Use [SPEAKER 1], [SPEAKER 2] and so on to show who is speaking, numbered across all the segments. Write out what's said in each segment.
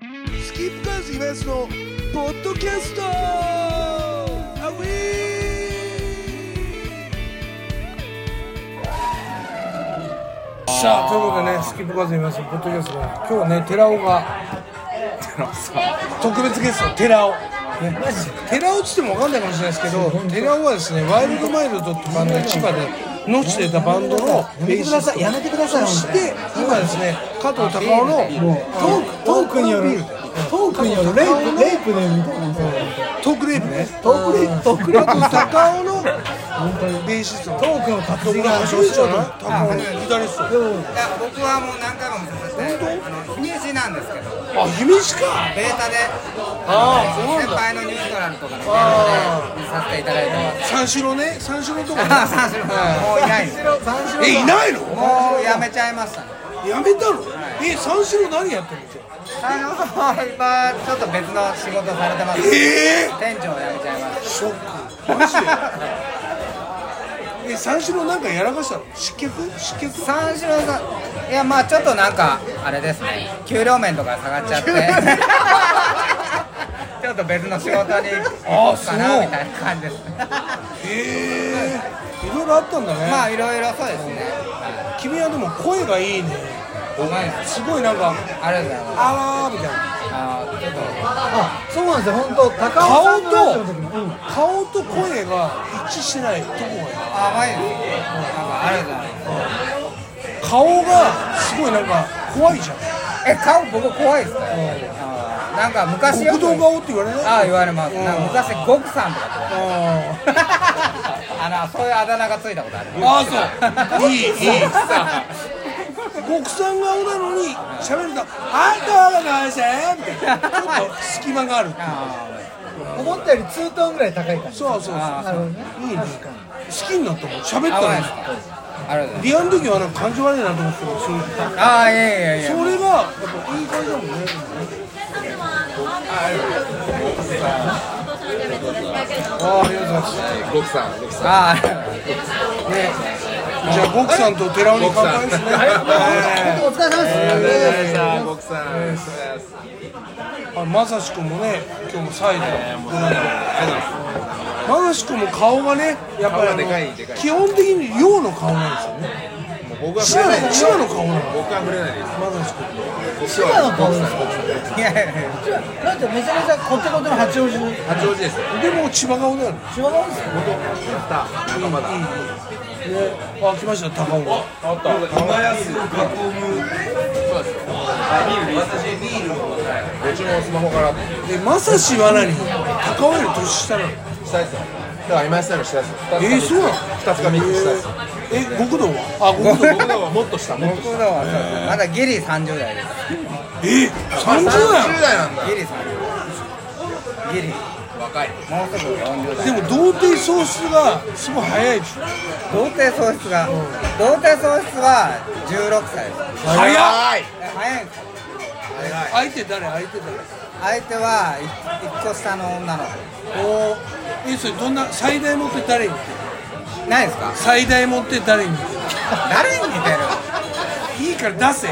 [SPEAKER 1] キープカーズイベントのポッドキャストアウィー
[SPEAKER 2] さあということでねスキップカーズいますポッドキャストが今日はね寺尾が特別ゲスト寺尾ね、寺尾っつっても分かんないかもしれないですけど寺尾はですねワイルドマイルドってバンドで千葉でのちでたバンドのベーシスト
[SPEAKER 3] やめてください
[SPEAKER 2] そして今ですね加藤隆夫の
[SPEAKER 3] トークトークによるトークによるレイプレイプねみたいな
[SPEAKER 2] トークレイブね
[SPEAKER 3] トークレイプトークレイ
[SPEAKER 2] 加
[SPEAKER 3] プ
[SPEAKER 2] 藤隆夫のベーシストの
[SPEAKER 3] トークの達人が
[SPEAKER 2] そうじゃない隆夫ねギタリスト
[SPEAKER 4] いや僕はもう何回も見せさせてあの姫路なんですけど
[SPEAKER 2] あ姫路か
[SPEAKER 4] ベータで
[SPEAKER 2] ああそうなん
[SPEAKER 4] 先
[SPEAKER 2] だ
[SPEAKER 4] 輩のニュートラルとかのベータで見させていただいてます
[SPEAKER 2] 三四郎ね三四郎とかね
[SPEAKER 4] ああ三四郎もういないです
[SPEAKER 2] えいないの
[SPEAKER 4] もうやめちゃいましたね
[SPEAKER 2] やめたのえ三四郎何やってるんですか
[SPEAKER 4] あの今ちょっと別の仕事されてます
[SPEAKER 2] え
[SPEAKER 4] 店長をやめちゃいまし
[SPEAKER 2] ショックマジでえ三四郎なんかやらかしたの失脚失脚
[SPEAKER 4] た三四郎さんいやまあちょっとなんかあれですね給料面とか下がっちゃってちょっと別の仕事に行こうかなみたいな感じですね
[SPEAKER 2] ええいろいろあったんだね、
[SPEAKER 4] まあいろいろそうですね
[SPEAKER 2] 君はでも声がいいね
[SPEAKER 4] うまいです
[SPEAKER 2] すごいなんか
[SPEAKER 4] ありがとうございます
[SPEAKER 2] あらーみたいな
[SPEAKER 4] あーちょっと
[SPEAKER 3] あそうなんですよ本当高尾さ
[SPEAKER 2] 顔
[SPEAKER 3] んの話の時もうん
[SPEAKER 2] と顔と声が一致してないとこがいい
[SPEAKER 4] 甘いですねなんかあるじゃない
[SPEAKER 2] 顔がすごいなんか怖いじゃん
[SPEAKER 4] え顔僕怖いですかあーなんか昔よ
[SPEAKER 2] 極
[SPEAKER 4] く
[SPEAKER 2] 道顔って言われない
[SPEAKER 4] ああ言われます
[SPEAKER 2] うん
[SPEAKER 4] なんか昔ゴクさんとかって
[SPEAKER 2] あ
[SPEAKER 4] 言われます あのそういうあだ名がついたことある
[SPEAKER 2] あ そういいいい
[SPEAKER 4] さ
[SPEAKER 2] 国産顔なのに喋ると「あんたは返せ!」みたいなちょっと隙間がある
[SPEAKER 3] 思ったよりツートーンぐらい高い感じ
[SPEAKER 2] そうそうそう
[SPEAKER 3] なるほどね
[SPEAKER 2] いいね好きになったもん喋った
[SPEAKER 4] 甘いです
[SPEAKER 2] の
[SPEAKER 4] かある
[SPEAKER 2] リアの時はなんか感じ悪いなと思ってたけどそう
[SPEAKER 4] ああいやいやいや
[SPEAKER 2] それがやっぱいい感じだもんねあありがとうございます
[SPEAKER 5] ゴクさん、ゴクさん。
[SPEAKER 4] あーある
[SPEAKER 2] ねじゃあゴクさんと寺尾に乾杯ですね
[SPEAKER 5] ゴクさん
[SPEAKER 2] ね
[SPEAKER 3] お疲れ様です
[SPEAKER 5] ゴクさん。ありがとうございます。
[SPEAKER 2] あまさしくんもね今日もサイドご覧にまさしくんも顔がねやっぱりあの
[SPEAKER 5] 顔がでかいでかい
[SPEAKER 2] 基本的に量の顔なんですよね
[SPEAKER 5] もう僕は
[SPEAKER 2] 千
[SPEAKER 5] 触れない
[SPEAKER 2] 葉の
[SPEAKER 5] で
[SPEAKER 2] 千葉の
[SPEAKER 5] す。
[SPEAKER 2] 顔なの
[SPEAKER 5] 僕は触れないです。
[SPEAKER 2] まさしくん
[SPEAKER 5] 千葉のゴクさん、ゴクさん。
[SPEAKER 4] いやいやいや
[SPEAKER 3] なんてめちゃめちゃコテコテの八王子の
[SPEAKER 5] 八王子ですよ。
[SPEAKER 2] でも千葉顔だよね
[SPEAKER 3] 千葉なんですよ
[SPEAKER 5] 元、やった、仲間だ。
[SPEAKER 2] あ来ました高尾が
[SPEAKER 5] ご注文スマホから。
[SPEAKER 2] えまさしは何高尾より年下なの
[SPEAKER 5] 下ですよ。だから、今井さんの下ですよ。
[SPEAKER 2] えー、そうなの
[SPEAKER 5] 二つか三つ下ですよ。
[SPEAKER 2] え極道はあ極道
[SPEAKER 5] 僕の方はもっと下、もっと
[SPEAKER 4] 僕のはそうですまだギリ30代です
[SPEAKER 2] え三十代
[SPEAKER 5] 30代なんだ。
[SPEAKER 4] ギリ30代ギリ
[SPEAKER 5] 若い。
[SPEAKER 4] もうすぐ40代
[SPEAKER 2] でも童貞喪失がすごい早いでしょ
[SPEAKER 4] 童貞喪失が童貞喪失は16歳です
[SPEAKER 2] 早い
[SPEAKER 4] え早いんですよ
[SPEAKER 2] 相手誰相手誰
[SPEAKER 4] 相手は1個下の女の子
[SPEAKER 2] おーえそれどんな最大持って誰に
[SPEAKER 4] ないですか
[SPEAKER 2] 最大持って誰に
[SPEAKER 4] 誰に似てる
[SPEAKER 2] いいから出せ
[SPEAKER 4] い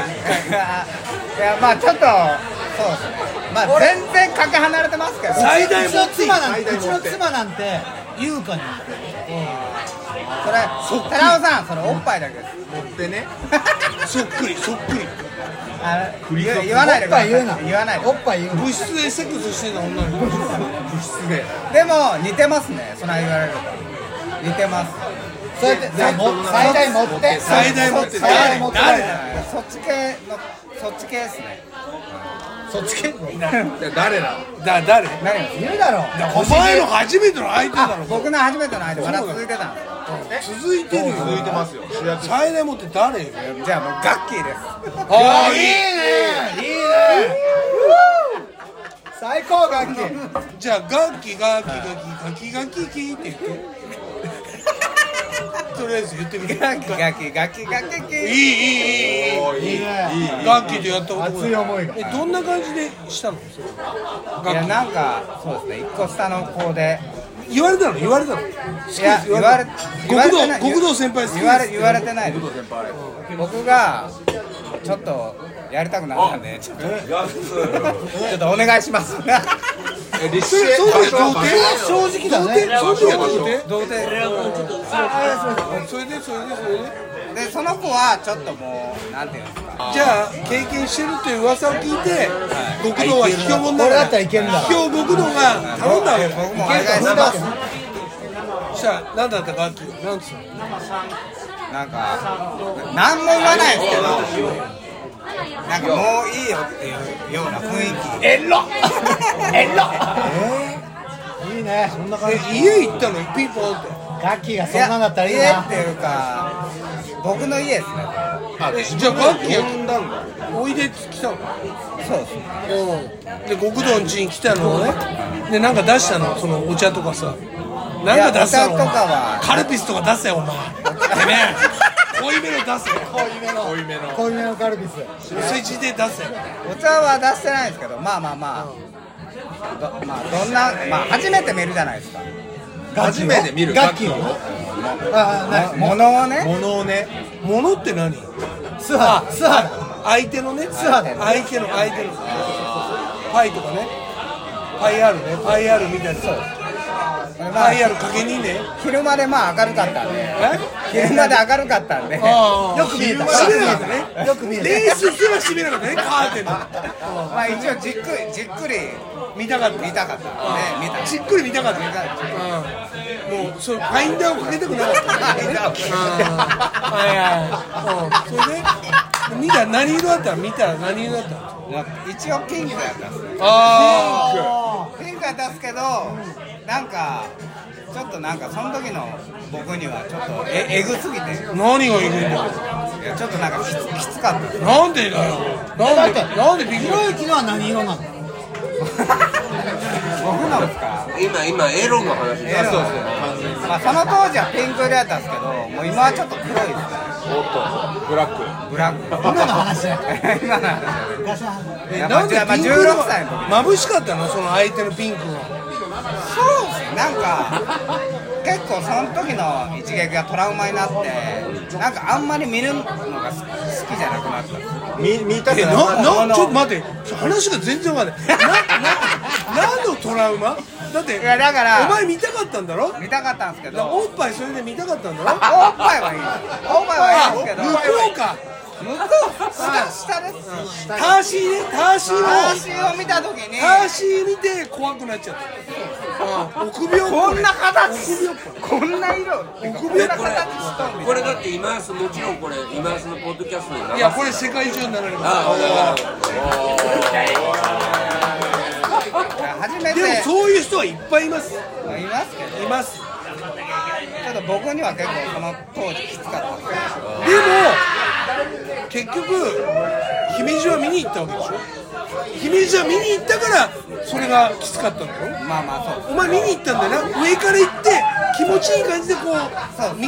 [SPEAKER 4] やまあちょっとそうですねまあ全然かけ離れてますけどそれ
[SPEAKER 2] 最大
[SPEAKER 3] うちの
[SPEAKER 2] 持っていい
[SPEAKER 3] 妻なんてうち
[SPEAKER 5] 最大持
[SPEAKER 3] の
[SPEAKER 5] って
[SPEAKER 3] 妻なんて優香に
[SPEAKER 4] 寺尾さんそれおっぱいだけです
[SPEAKER 5] 持ってね。
[SPEAKER 2] そっくりそっくり
[SPEAKER 4] あの
[SPEAKER 5] リーズアップ
[SPEAKER 4] 言わないで
[SPEAKER 3] おっ
[SPEAKER 4] く
[SPEAKER 3] ぱ
[SPEAKER 4] ださ
[SPEAKER 3] い
[SPEAKER 4] い
[SPEAKER 3] 言うな
[SPEAKER 4] 言わないで
[SPEAKER 3] おっぱい言うな
[SPEAKER 2] 部室でセックスしてた女の子
[SPEAKER 5] 失礼。
[SPEAKER 4] でも似てますねそんな言われると似てます
[SPEAKER 3] そうやってさも最大持って
[SPEAKER 2] 最大持って
[SPEAKER 3] 最大
[SPEAKER 2] 誰
[SPEAKER 3] 持って
[SPEAKER 2] 誰だ
[SPEAKER 4] はいそっち系のそっち系ですね
[SPEAKER 3] そっち系い
[SPEAKER 5] じゃ、誰だ。
[SPEAKER 2] だ誰
[SPEAKER 4] 何です
[SPEAKER 3] るだろう
[SPEAKER 2] お前の初めての相手だろ
[SPEAKER 4] 僕の初めての相手まだ続いてたんで
[SPEAKER 2] 続いてるよ
[SPEAKER 5] 続いてますよ。主役。
[SPEAKER 2] 最大持って誰よ
[SPEAKER 4] すじゃあもうガッキーです
[SPEAKER 2] ああいいねいいね
[SPEAKER 3] 最高楽器
[SPEAKER 2] じゃあガッキガッキガキガキガキキって言ってとりあえず言ってみて
[SPEAKER 4] ガッキーガッキーガッキーガッキーガッキ
[SPEAKER 2] いい
[SPEAKER 4] ー
[SPEAKER 2] いいいいいい
[SPEAKER 5] おーいい。いい。
[SPEAKER 2] ガッキーとやったこと
[SPEAKER 3] 熱い思いが
[SPEAKER 2] えどんな感じでしたの
[SPEAKER 4] いやなんかそうですね一個下の子で
[SPEAKER 2] 言われたの言われたの
[SPEAKER 4] いや言われ
[SPEAKER 2] 極道
[SPEAKER 4] てない
[SPEAKER 2] 極道先輩好きです
[SPEAKER 4] 言われ言われてないです僕がちょっとやりたくなったんでちょっと
[SPEAKER 5] やつ
[SPEAKER 4] ちょっとお願いします
[SPEAKER 5] え立正
[SPEAKER 2] そう
[SPEAKER 5] 場
[SPEAKER 2] です
[SPEAKER 5] 所
[SPEAKER 2] 童
[SPEAKER 5] 場
[SPEAKER 2] 貞
[SPEAKER 5] 所
[SPEAKER 2] 正直だね
[SPEAKER 5] 場所場所
[SPEAKER 2] 童貞
[SPEAKER 3] あ
[SPEAKER 2] それでそれでそれで
[SPEAKER 4] でその子はちょっともうなんていうんですか
[SPEAKER 2] じゃあ経験してるっていう噂を聞いて極道は卑怯者だ
[SPEAKER 3] 俺だったらいけるんだ
[SPEAKER 2] 卑怯極道が頼んだわけ
[SPEAKER 4] 僕もお願いし
[SPEAKER 3] そう
[SPEAKER 4] ま
[SPEAKER 3] だ
[SPEAKER 4] す
[SPEAKER 3] けど
[SPEAKER 2] そしたら何だったかっていうなんつうの
[SPEAKER 4] なんか何も言わないですけどなんかもういいよっていうような雰囲気えっろえっろ
[SPEAKER 3] いいねそんな感じ
[SPEAKER 2] 家行ったのピンポンって
[SPEAKER 3] ガッキーがそんなんだったらいい
[SPEAKER 4] や家っ
[SPEAKER 3] な
[SPEAKER 4] ていうか僕の家ですね
[SPEAKER 2] えじゃあガッキーが呼んだんだおいでって来たの
[SPEAKER 4] そうですね
[SPEAKER 2] うんで極道ん家に来たのをねでなんか出したのそのお茶とかさなんか出したの
[SPEAKER 4] いやお茶とかは
[SPEAKER 2] カルピスとか出せよお前てめえ濃いめの出せよ
[SPEAKER 5] 濃いめの
[SPEAKER 3] 濃いめのカルピス
[SPEAKER 2] 薄い字で出せよ
[SPEAKER 4] お茶は出してないんですけどまあまあまあ、どまあどんなまあ初めて見るじゃないですか
[SPEAKER 5] 初めて見る
[SPEAKER 3] ガッキーをああな
[SPEAKER 4] もものをね
[SPEAKER 3] ものをね
[SPEAKER 2] 物って何
[SPEAKER 3] 素肌素肌
[SPEAKER 2] 相手のね
[SPEAKER 3] 肌ね
[SPEAKER 2] 相手の相手のパイとかねパイあるねパイあるみたいな
[SPEAKER 4] ま
[SPEAKER 2] パ
[SPEAKER 4] あ
[SPEAKER 2] イあるかけにね
[SPEAKER 4] 昼間でまあ明るかったんで
[SPEAKER 2] え
[SPEAKER 4] 昼間で明るかったんで
[SPEAKER 2] あ
[SPEAKER 3] よく見えた
[SPEAKER 2] 閉めなかったね
[SPEAKER 3] よく見えた
[SPEAKER 2] 練習すら閉めなかったねカーテンの
[SPEAKER 4] まあ一応じっくりじっくり
[SPEAKER 2] 見たかった
[SPEAKER 4] 見たかったんで見た
[SPEAKER 2] じっくり見たかった
[SPEAKER 4] 見たかった
[SPEAKER 2] うんもうそれファインダーをかけたくなかった
[SPEAKER 4] あいた
[SPEAKER 2] はいはいうんそれで見た何色だった見たら何色だった
[SPEAKER 4] まあ一応ピンクやったんですね
[SPEAKER 2] あ
[SPEAKER 4] ピンクやったんですけどなんかちょっとなんかその時の僕にはちょっとええぐすぎて
[SPEAKER 2] あ何がいるんだよ
[SPEAKER 4] いやちょっとなんかきつきつかったです
[SPEAKER 2] なんでだよなんでなんでビッ
[SPEAKER 3] ひ
[SPEAKER 2] グ
[SPEAKER 3] ろゆきのは何色なの
[SPEAKER 4] 僕のですか
[SPEAKER 5] 今今エロの話
[SPEAKER 4] エロまあ、その当時はピンク色やったんですけど、もう今はちょっと黒いですね。
[SPEAKER 5] おっとブラッ
[SPEAKER 4] ブラック。
[SPEAKER 3] 今の話だよ
[SPEAKER 4] 今なんですよね。
[SPEAKER 3] 昔の話
[SPEAKER 4] い
[SPEAKER 2] え
[SPEAKER 4] や
[SPEAKER 2] なんで
[SPEAKER 4] まあ
[SPEAKER 2] ピンク
[SPEAKER 4] 16
[SPEAKER 2] 色
[SPEAKER 4] 歳の時
[SPEAKER 2] 眩しかったのその相手のピンクは
[SPEAKER 4] そうですね。なんか、結構その時の一撃がトラウマになって、なんかあんまり見るのが好きじゃなくなったんですよ。
[SPEAKER 5] ク見見た
[SPEAKER 2] え
[SPEAKER 5] く
[SPEAKER 2] な
[SPEAKER 5] な
[SPEAKER 2] なちょっと待って話が全然わかんないなな何のトラウマだって
[SPEAKER 4] いやだから
[SPEAKER 2] お前見たかったんだろ
[SPEAKER 4] 見たかったんですけど、おっ
[SPEAKER 2] おっぱいそれで見たかったんだろ
[SPEAKER 4] ぱいはいいです。おっぱいはいいんですけど、
[SPEAKER 2] 向こうか
[SPEAKER 4] 向こう、下、下です。
[SPEAKER 2] ターシーねターシーを
[SPEAKER 4] 私を見た時に、
[SPEAKER 2] ターシー見て怖くなっちゃったうん臆病っぽい
[SPEAKER 4] こんな形
[SPEAKER 2] 臆病っぽい、
[SPEAKER 4] こんな色、こんな形
[SPEAKER 2] これ
[SPEAKER 4] しとんね
[SPEAKER 6] これだって今すもちろんこれ今すのポッドキャストに流す
[SPEAKER 2] いやこれ世界中に流れます
[SPEAKER 6] あ
[SPEAKER 4] 初めて
[SPEAKER 2] でもそういう人はいっぱいいます
[SPEAKER 4] いますけど。
[SPEAKER 2] います
[SPEAKER 4] ちょっと僕には結構その当時きつかったんですよ
[SPEAKER 2] でも結局姫路は見に行ったわけでしょ姫路は見に行ったからそれがきつかったのよ
[SPEAKER 4] まあまあそう
[SPEAKER 2] お前見に行ったんだよな上から行って気持ちいい感じでこう道順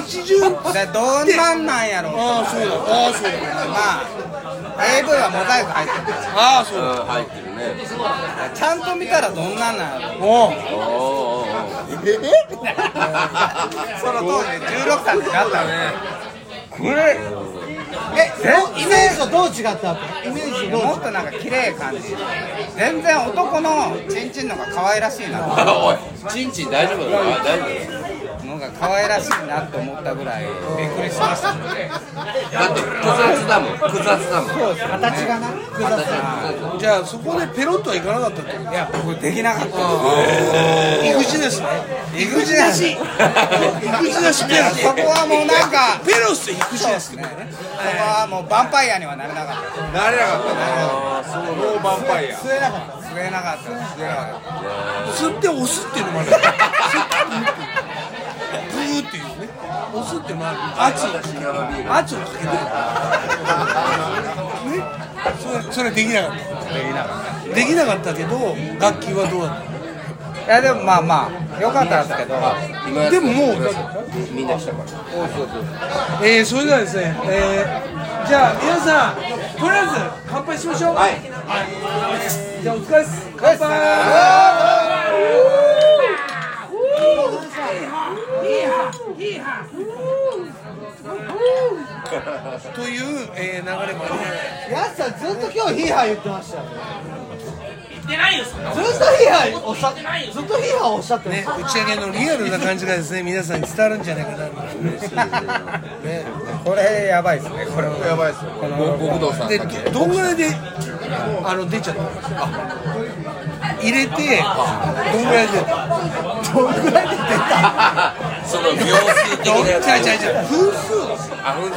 [SPEAKER 4] でどんなんなんやろうと
[SPEAKER 2] ああそうだああそうだ
[SPEAKER 4] まあ AV はモザイク入ってる
[SPEAKER 2] ああそうだ
[SPEAKER 6] あ入ってるね
[SPEAKER 4] ちゃんと見たらどんなんなんやろう
[SPEAKER 2] おう
[SPEAKER 6] おーおーおー
[SPEAKER 4] その当時16歳ってなったのねこれえ
[SPEAKER 3] イメージとどう違ったってイメージとどう違
[SPEAKER 4] も
[SPEAKER 3] っ
[SPEAKER 4] っとなんか綺麗い感じ全然男のチンチンのが可愛らしいな
[SPEAKER 6] あ おいちんちん大丈夫だな大丈夫だ
[SPEAKER 4] のが可愛らしいなと思ったぐらいびっくりしました
[SPEAKER 6] なだって複雑だもん複雑だもん
[SPEAKER 4] そうです
[SPEAKER 3] た形がな複雑な
[SPEAKER 2] じゃあそこでペロンとはいかなかったって
[SPEAKER 4] いや僕できなかった
[SPEAKER 2] 育児ですね育児なし育児なしペロン
[SPEAKER 4] そこはもうなんか
[SPEAKER 2] ペロス育児です
[SPEAKER 4] そ
[SPEAKER 2] けど
[SPEAKER 4] うです
[SPEAKER 2] ね
[SPEAKER 4] ねそこはもうヴァンパイアにはなれなかった
[SPEAKER 5] なれなかったねノーバンパイア
[SPEAKER 3] 吸えなかっ
[SPEAKER 4] 吸えなかったです
[SPEAKER 2] 吸って押すっていうのもあるよ吸ってブーっていうね押すっていうのもある圧をかける圧をかけてねそれそれできなかったできなかったけど楽器はどうだっ
[SPEAKER 4] いやでもまあまあ良かったですけど
[SPEAKER 6] 今
[SPEAKER 2] た
[SPEAKER 6] や
[SPEAKER 2] でももうだって
[SPEAKER 6] みんな来たから
[SPEAKER 2] えー、それではですね、えー、じゃあ皆さんとりあえず乾杯しましょうはい、じゃあお疲れっす乾杯という、えー流れもあります
[SPEAKER 3] やすさんずっと今日ヒーハー言ってましたよね
[SPEAKER 7] 言ってないよそんな
[SPEAKER 3] ずっとヒーハーおっしゃってずっとヒーハーおっしゃってまし
[SPEAKER 2] ね、
[SPEAKER 3] た
[SPEAKER 2] 打ち上げのリアルな感じがですね、皆さんに伝わるんじゃないかな
[SPEAKER 4] これやばいですねこれ
[SPEAKER 5] やばいっすよこの極道さん
[SPEAKER 2] で、
[SPEAKER 5] さっき
[SPEAKER 2] ど、どんぐらいで、あの、出ちゃったんですか入れて、どんぐらいで出た
[SPEAKER 6] その秒数的
[SPEAKER 2] どん
[SPEAKER 6] な
[SPEAKER 2] 違う違う
[SPEAKER 6] やつ
[SPEAKER 2] 違う、分数
[SPEAKER 6] あ分数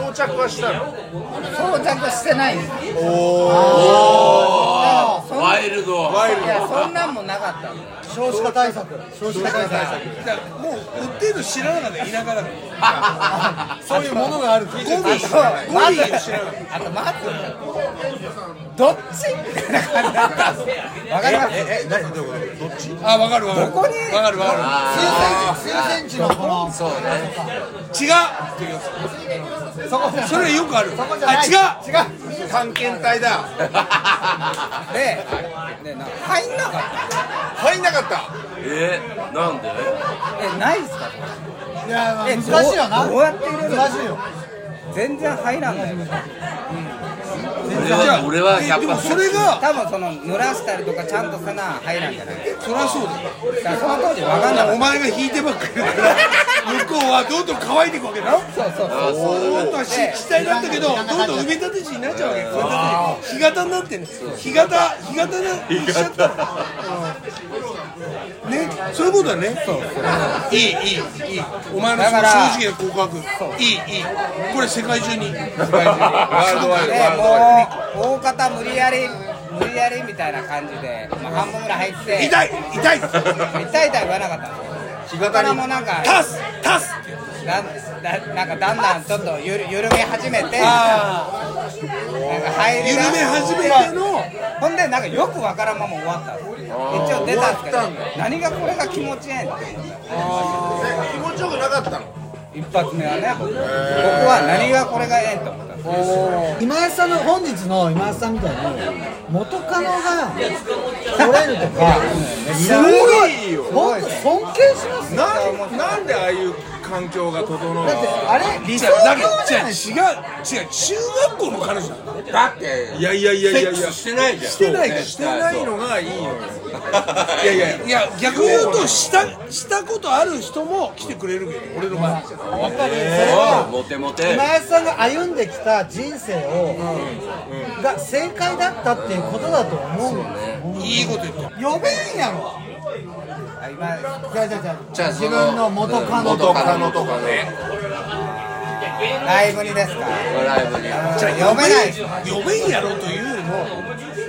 [SPEAKER 5] 装着はしたの
[SPEAKER 8] そうちゃんとしてないです
[SPEAKER 6] ワイルドワイル
[SPEAKER 8] いやそんなんもなかったの
[SPEAKER 3] 少子化対策少子化対策
[SPEAKER 2] だからもう、売ってるの知らなかったよ、田舎だから
[SPEAKER 3] そういうものがあるゴミ
[SPEAKER 2] ゴミを知らなかっ
[SPEAKER 8] あとマーク
[SPEAKER 4] どっちみたいな感じだったんですわかりますええ何どういうこと
[SPEAKER 2] たあ、わかるわかる
[SPEAKER 4] ここに
[SPEAKER 2] わかるわか
[SPEAKER 3] 数センチのこの
[SPEAKER 6] そうね
[SPEAKER 2] る違う
[SPEAKER 3] そこじゃない
[SPEAKER 2] それよくある
[SPEAKER 3] こじゃな
[SPEAKER 2] あ、違
[SPEAKER 3] い
[SPEAKER 2] う
[SPEAKER 5] 探検隊だ
[SPEAKER 4] で、ね、な入んなかっ
[SPEAKER 5] 入んなかった
[SPEAKER 6] えなんで
[SPEAKER 4] たえないですか
[SPEAKER 3] いやまあ
[SPEAKER 4] え
[SPEAKER 3] 難しいよな
[SPEAKER 4] どうどうやって入れるの
[SPEAKER 3] 難しいよ
[SPEAKER 4] 全然入らない
[SPEAKER 6] 俺は俺はやっ
[SPEAKER 2] でも
[SPEAKER 6] ぱ
[SPEAKER 2] それが、
[SPEAKER 4] 多分その濡らしたりとかちゃんとせな入らんじゃないだ
[SPEAKER 2] そりゃそうだよ
[SPEAKER 4] からその当時わかんなか
[SPEAKER 2] お
[SPEAKER 4] っ
[SPEAKER 2] 前が引いてばっかりだから向こうはどんどん乾いていくわけだろ
[SPEAKER 4] たそうそう
[SPEAKER 6] あそう
[SPEAKER 2] 本当は湿地帯だったけど、どんどん埋め立て地になっちゃうわけ。埋め立て地日型になってんです。日型、日型な、日型。うんね、そういうことだね。いい、いい、いい。お前のその正直な告白。いい、いい。これ世界中に。
[SPEAKER 5] ワールドワイド
[SPEAKER 4] で
[SPEAKER 5] ワールドワイド
[SPEAKER 4] もう大方無理やり無理やりみたいな感じで、まあ、半分ぐらい入って
[SPEAKER 2] 痛い、痛い。
[SPEAKER 4] 痛い痛い言わなかったんですよ
[SPEAKER 5] 日
[SPEAKER 4] だか
[SPEAKER 5] 型
[SPEAKER 4] ら
[SPEAKER 5] に
[SPEAKER 4] もうなんか
[SPEAKER 2] タス、タス。
[SPEAKER 4] だんだなんかだんだんちょっとゆる緩め始めて
[SPEAKER 2] ああ、
[SPEAKER 4] なんか入り
[SPEAKER 2] 緩め
[SPEAKER 4] が
[SPEAKER 2] 始めたの。
[SPEAKER 4] ほんでなんかよくわからんまま終わったんです一応出たんですけど何がこれが気持ちええんって
[SPEAKER 5] 気持ちよくなかったの
[SPEAKER 4] 一発目はね僕は何がこれがええんと思ったんです
[SPEAKER 3] 今井さんの本日の今井さんみたいに元カノが取れるとかす
[SPEAKER 5] ごいよ
[SPEAKER 3] 本当尊敬しますよ
[SPEAKER 5] なんなんでああいう環境が整うの
[SPEAKER 3] だってあれ理
[SPEAKER 2] 違う、
[SPEAKER 3] 想
[SPEAKER 2] だけ
[SPEAKER 3] 郷じゃない
[SPEAKER 2] 違う、違う、違う、中学校の彼女。
[SPEAKER 6] だって
[SPEAKER 5] いやいやいやいやいや
[SPEAKER 6] セックスしてないじゃん
[SPEAKER 5] してない
[SPEAKER 6] し
[SPEAKER 5] してて
[SPEAKER 6] な
[SPEAKER 5] ないい
[SPEAKER 6] の
[SPEAKER 5] のがいいのよいやいや
[SPEAKER 2] いや逆に言うとしたしたことある人も来てくれるけど俺の場合
[SPEAKER 3] やっぱりそれ
[SPEAKER 6] おう
[SPEAKER 3] は
[SPEAKER 6] モテモテ
[SPEAKER 3] 今井さんが歩んできた人生をが正解だったっていうことだと思う
[SPEAKER 2] いいこと言った
[SPEAKER 3] 呼べんやろ
[SPEAKER 4] あ今
[SPEAKER 3] じゃあじゃあじゃ
[SPEAKER 6] じゃ
[SPEAKER 3] あ
[SPEAKER 6] あそ
[SPEAKER 3] 自分の元カノ
[SPEAKER 6] 元
[SPEAKER 3] とか
[SPEAKER 6] カノとかね
[SPEAKER 4] ライブにですか
[SPEAKER 6] ライブに
[SPEAKER 4] じゃ読めない
[SPEAKER 2] 呼べんやろというよりも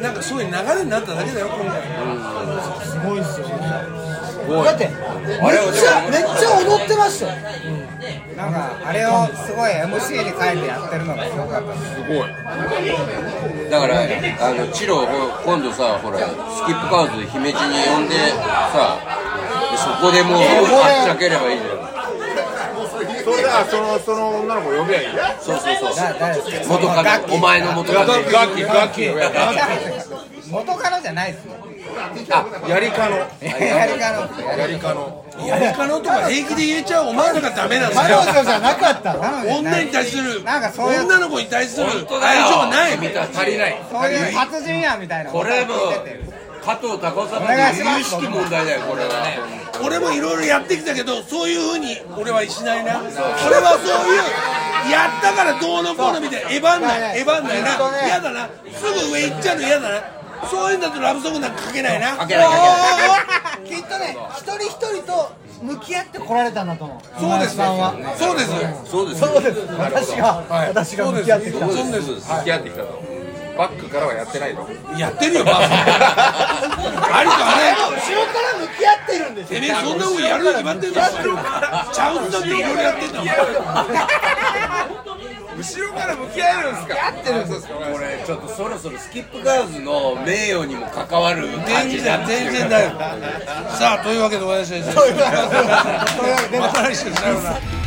[SPEAKER 2] なんかそういう流れになっただけだよ今回
[SPEAKER 3] すごいですよねだってめっちゃめっちゃ踊ってましたよ
[SPEAKER 4] なんかあれをすごい MC に書いてやってるのがすごかったです
[SPEAKER 5] すごい
[SPEAKER 6] だからあのチロを今度さほらスキップカードで姫路に呼んでさでそこでもうはっちゃければいいじゃん
[SPEAKER 5] それだそのその女の子呼べばいい
[SPEAKER 6] そうそうそう
[SPEAKER 4] だ誰ですか
[SPEAKER 6] 元カノお前の元カノ
[SPEAKER 5] ガキガキ
[SPEAKER 4] 元カノじゃないですよ
[SPEAKER 5] やりかの
[SPEAKER 4] やりカノって
[SPEAKER 5] やりかの
[SPEAKER 2] やりかのとか平気で言えちゃうお前らがダメなんだ
[SPEAKER 3] 彼
[SPEAKER 2] よ
[SPEAKER 3] 女じゃなかったの
[SPEAKER 2] 女に対する
[SPEAKER 4] なんかそういう
[SPEAKER 2] 女の子に対する愛情はない
[SPEAKER 6] 君たち足りない
[SPEAKER 4] そういう殺人やみたいな
[SPEAKER 6] これも
[SPEAKER 4] 聞いてて
[SPEAKER 6] 加藤高さん
[SPEAKER 4] お願いし
[SPEAKER 6] の
[SPEAKER 4] ま
[SPEAKER 6] 有
[SPEAKER 4] す
[SPEAKER 6] 識問題だよこれはね
[SPEAKER 2] 俺もいろいろやってきたけどそういうふうに俺はしないな俺はそういうやったからどうのこうのみたいなえばんないえばんないな嫌だなすぐ上行っちゃうの嫌だなそういうんだとラブソングなんか書けないな
[SPEAKER 6] けない
[SPEAKER 3] きっとね一人一人と向き合ってこられたんだと思う
[SPEAKER 2] そうです
[SPEAKER 3] 今井さんは
[SPEAKER 2] そうです
[SPEAKER 6] そうです
[SPEAKER 3] そうです私が、私が向き合ってきた
[SPEAKER 6] そうですそうです
[SPEAKER 5] 付き合ってきたとバックからはやってないと
[SPEAKER 2] やってるよバーサありとあ
[SPEAKER 3] 後ろから向き合ってるんです
[SPEAKER 2] れてめえそんなもんやるに決まってんだろちゃんだっていろいろやってんだもん
[SPEAKER 5] 後ろから向き合えるんですかやってるんですか
[SPEAKER 6] これちょっとそろそろスキップガールズの名誉にも関わる感
[SPEAKER 2] 全
[SPEAKER 6] じ
[SPEAKER 2] 然
[SPEAKER 6] だ
[SPEAKER 2] だよ
[SPEAKER 6] っていう
[SPEAKER 2] 全然だよさあというわけでお話しです
[SPEAKER 3] というわけで
[SPEAKER 2] また来週さようなら